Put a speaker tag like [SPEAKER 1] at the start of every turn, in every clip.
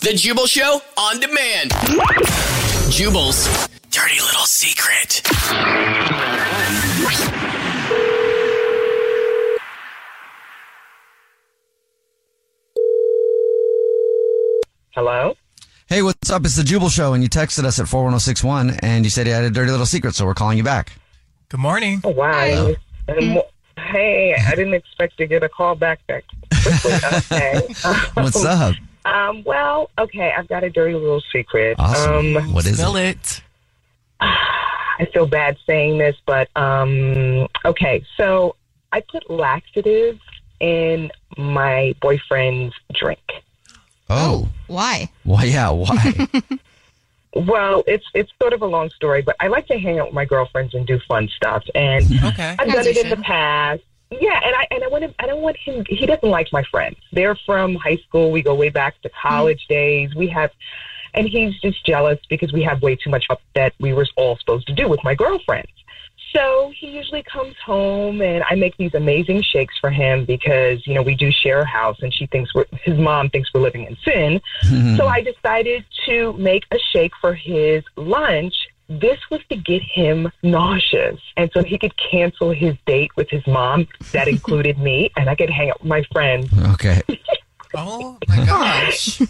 [SPEAKER 1] The Jubal Show on demand. Jubal's dirty little secret.
[SPEAKER 2] Hello?
[SPEAKER 3] Hey, what's up? It's the Jubal Show, and you texted us at 41061 and you said you had a dirty little secret, so we're calling you back.
[SPEAKER 4] Good morning.
[SPEAKER 2] Oh, wow. And mo- Hey, I didn't expect to get a call back that quickly. Okay.
[SPEAKER 3] What's up?
[SPEAKER 2] Um, well, okay, I've got a dirty little secret.
[SPEAKER 3] Awesome.
[SPEAKER 2] Um,
[SPEAKER 3] what is
[SPEAKER 4] Spill
[SPEAKER 3] it?
[SPEAKER 4] it.
[SPEAKER 2] I feel bad saying this, but um, okay, so I put laxative in my boyfriend's drink.
[SPEAKER 3] Oh,
[SPEAKER 5] Why?
[SPEAKER 3] well, yeah, why?
[SPEAKER 2] Well, it's it's sort of a long story, but I like to hang out with my girlfriends and do fun stuff, and
[SPEAKER 4] Okay.
[SPEAKER 2] I've
[SPEAKER 5] As
[SPEAKER 2] done
[SPEAKER 5] you
[SPEAKER 2] it in the
[SPEAKER 5] should.
[SPEAKER 2] past. Yeah, and I and I want him. I don't want him. He doesn't like my friends. They're from high school. We go way back to college days. We have, and he's just jealous because we have way too much up that we were all supposed to do with my girlfriends. So he usually comes home, and I make these amazing shakes for him because you know we do share a house, and she thinks we're, his mom thinks we're living in sin. So I decided to make a shake for his lunch. This was to get him nauseous. And so he could cancel his date with his mom. That included me, and I could hang out with my friends.
[SPEAKER 3] okay.
[SPEAKER 4] Oh my gosh.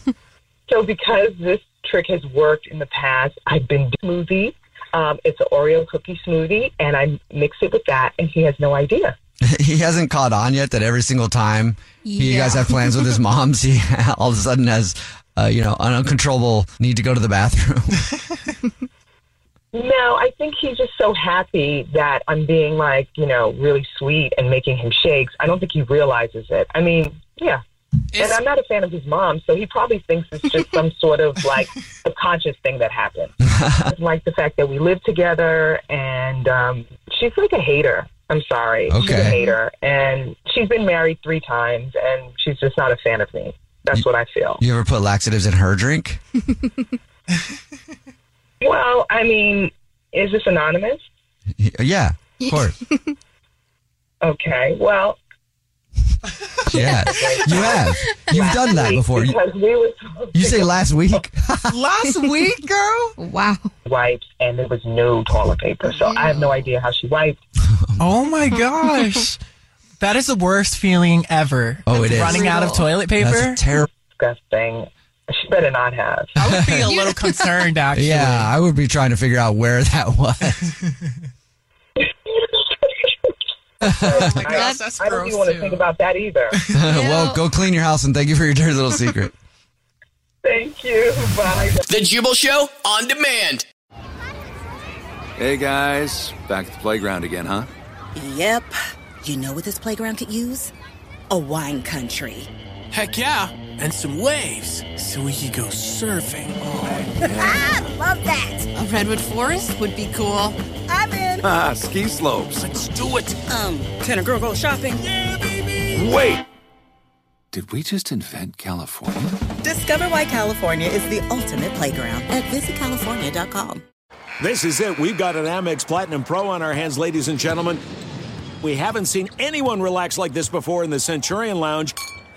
[SPEAKER 2] So because this trick has worked in the past, I've been doing smoothie. Um, it's an Oreo cookie smoothie, and I mix it with that, and he has no idea.
[SPEAKER 3] he hasn't caught on yet that every single time you
[SPEAKER 5] Yeah.
[SPEAKER 3] guys have plans with his moms, he all of a sudden has, uh, you know, an uncontrollable need to go to the bathroom.
[SPEAKER 2] No, I think he's just so happy that I'm being like, you know, really sweet and making him shakes. I don't think he realizes it. I mean, yeah. and
[SPEAKER 4] It's-
[SPEAKER 2] I'm not a fan of his mom, so he probably thinks it's just some sort of like subconscious thing that happened. It's like the fact that we live together, and um, she's like a hater. I'm sorry, she's a
[SPEAKER 3] Okay.
[SPEAKER 2] hater, and she's been married three times, and she's just not a fan of me. That's what I feel.
[SPEAKER 3] you ever put laxatives in her drink?
[SPEAKER 2] Well, I mean, is this anonymous?
[SPEAKER 3] Yeah, of course.
[SPEAKER 2] Okay, well,
[SPEAKER 3] yeah. You have. You've done that before. You,
[SPEAKER 2] because we were
[SPEAKER 3] you say last week?
[SPEAKER 4] Last week, girl?
[SPEAKER 5] Wow.
[SPEAKER 2] wipes, and there was no toilet paper, so I have no idea how she wiped.
[SPEAKER 4] Oh my gosh. That is the worst feeling ever.
[SPEAKER 3] Oh, it is.
[SPEAKER 4] Running out of toilet paper.
[SPEAKER 3] That's terrible.
[SPEAKER 2] Disgusting. She better not have.
[SPEAKER 4] I would be a little concerned, actually.
[SPEAKER 3] Yeah, I would be trying to figure out where that was.
[SPEAKER 4] Oh my gosh, that's
[SPEAKER 2] I don't
[SPEAKER 4] gross
[SPEAKER 2] even want
[SPEAKER 4] too.
[SPEAKER 2] to think about that either.
[SPEAKER 3] well, go clean your house and thank you for your dirty little secret.
[SPEAKER 2] Thank you. Bye.
[SPEAKER 1] The Jubal Show on demand.
[SPEAKER 6] Hey guys, back at the playground again, huh?
[SPEAKER 7] Yep. You know what this playground could use? A wine country.
[SPEAKER 4] Heck yeah. And some waves so we could go surfing.
[SPEAKER 7] Ah, love that.
[SPEAKER 5] A redwood forest would be cool.
[SPEAKER 7] I'm in.
[SPEAKER 6] Ah, ski slopes.
[SPEAKER 4] Let's do it.
[SPEAKER 7] Um, can a girl go shopping?
[SPEAKER 6] Wait! Did we just invent California?
[SPEAKER 7] Discover why California is the ultimate playground at visitcalifornia.com.
[SPEAKER 8] This is it. We've got an Amex Platinum Pro on our hands, ladies and gentlemen. We haven't seen anyone relax like this before in the Centurion Lounge.